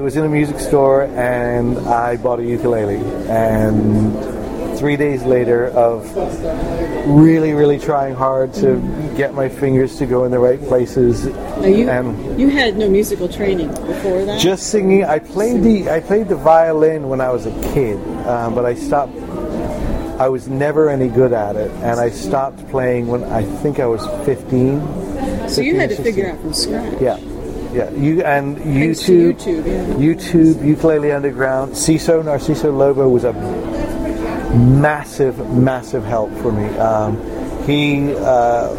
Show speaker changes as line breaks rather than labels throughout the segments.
was in a music store and I bought a ukulele. And three days later, of really, really trying hard to get my fingers to go in the right places.
Now you,
and
you had no musical training before that.
Um, just singing, I played the I played the violin when I was a kid, uh, but I stopped. I was never any good at it, and I stopped playing when I think I was 15.
so you had to
15, 16.
figure out from scratch.
Yeah, yeah. You and
Thanks to
YouTube,
YouTube, yeah.
YouTube, Ukulele Underground, CISO, Narciso Lobo was a massive, massive help for me. Um, he uh,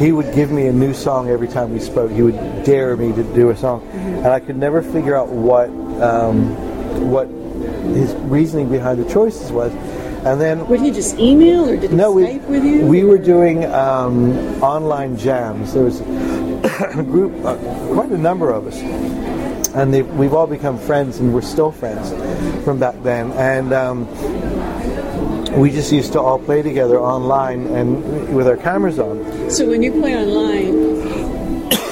he would give me a new song every time we spoke. He would dare me to do a song, and I could never figure out what um, what his reasoning behind the choices was. And then
Would he just email or did he
no, we,
Skype with you?
we were doing um, online jams. There was a group, uh, quite a number of us, and they, we've all become friends, and we're still friends from back then. And um, we just used to all play together online and with our cameras on.
so when you play online,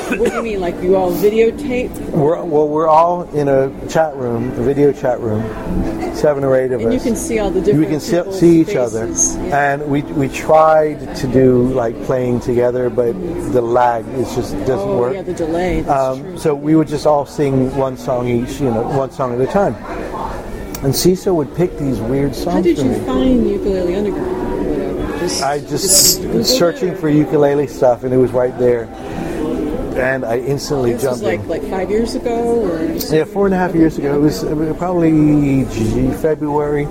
what do you mean? Like you all videotape
We're, well, we're all in a chat room, a video chat room, seven or eight of
and
us.
you can see all the
we
different.
can see,
people's
see each other
faces. Yeah.
and we, we tried to do like playing together but the lag is just doesn't
oh,
work
yeah, the delay. That's
um,
true.
so we would just all sing one song each you know one song at a time and CISO would pick these weird songs
How did
for
you
me
find ukulele underground? or whatever? Just,
I just
Googled it,
was searching
or-
for ukulele stuff and it was right there and I instantly
This was
jumped
like
in
like five years ago, or just-
yeah four and a half years ago it was uh, probably G- February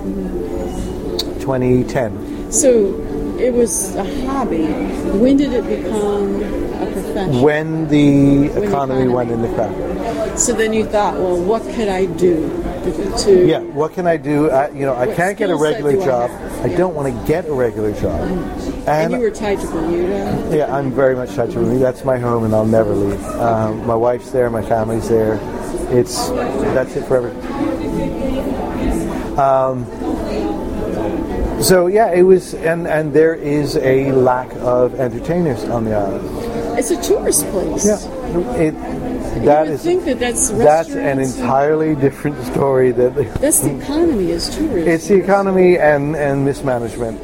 2010
so. It was a hobby. When did it become a profession?
when the
the
economy
economy-
went in the crap.
So then you thought, well, what could I do to? to
Yeah, what can I do? I, you know, I
What
can't get a
skill set
regular
do I
job.
have?
I
Yeah.
don't want to get a regular job.
And
And,
you were tied to Bermuda.
yeah, I'm very much touched with me. That's my home, and I'll never leave. Um, my wife's there, my family's there. It's that's it forever. Um, so yeah, it was, and and there is a lack of entertainers on the island.
It's a tourist place.
Yeah, it that
you would
is
think that that's
that's an
restaurants and-
entirely different story that
That's the economy is tourism.
It's the economy and, and mismanagement.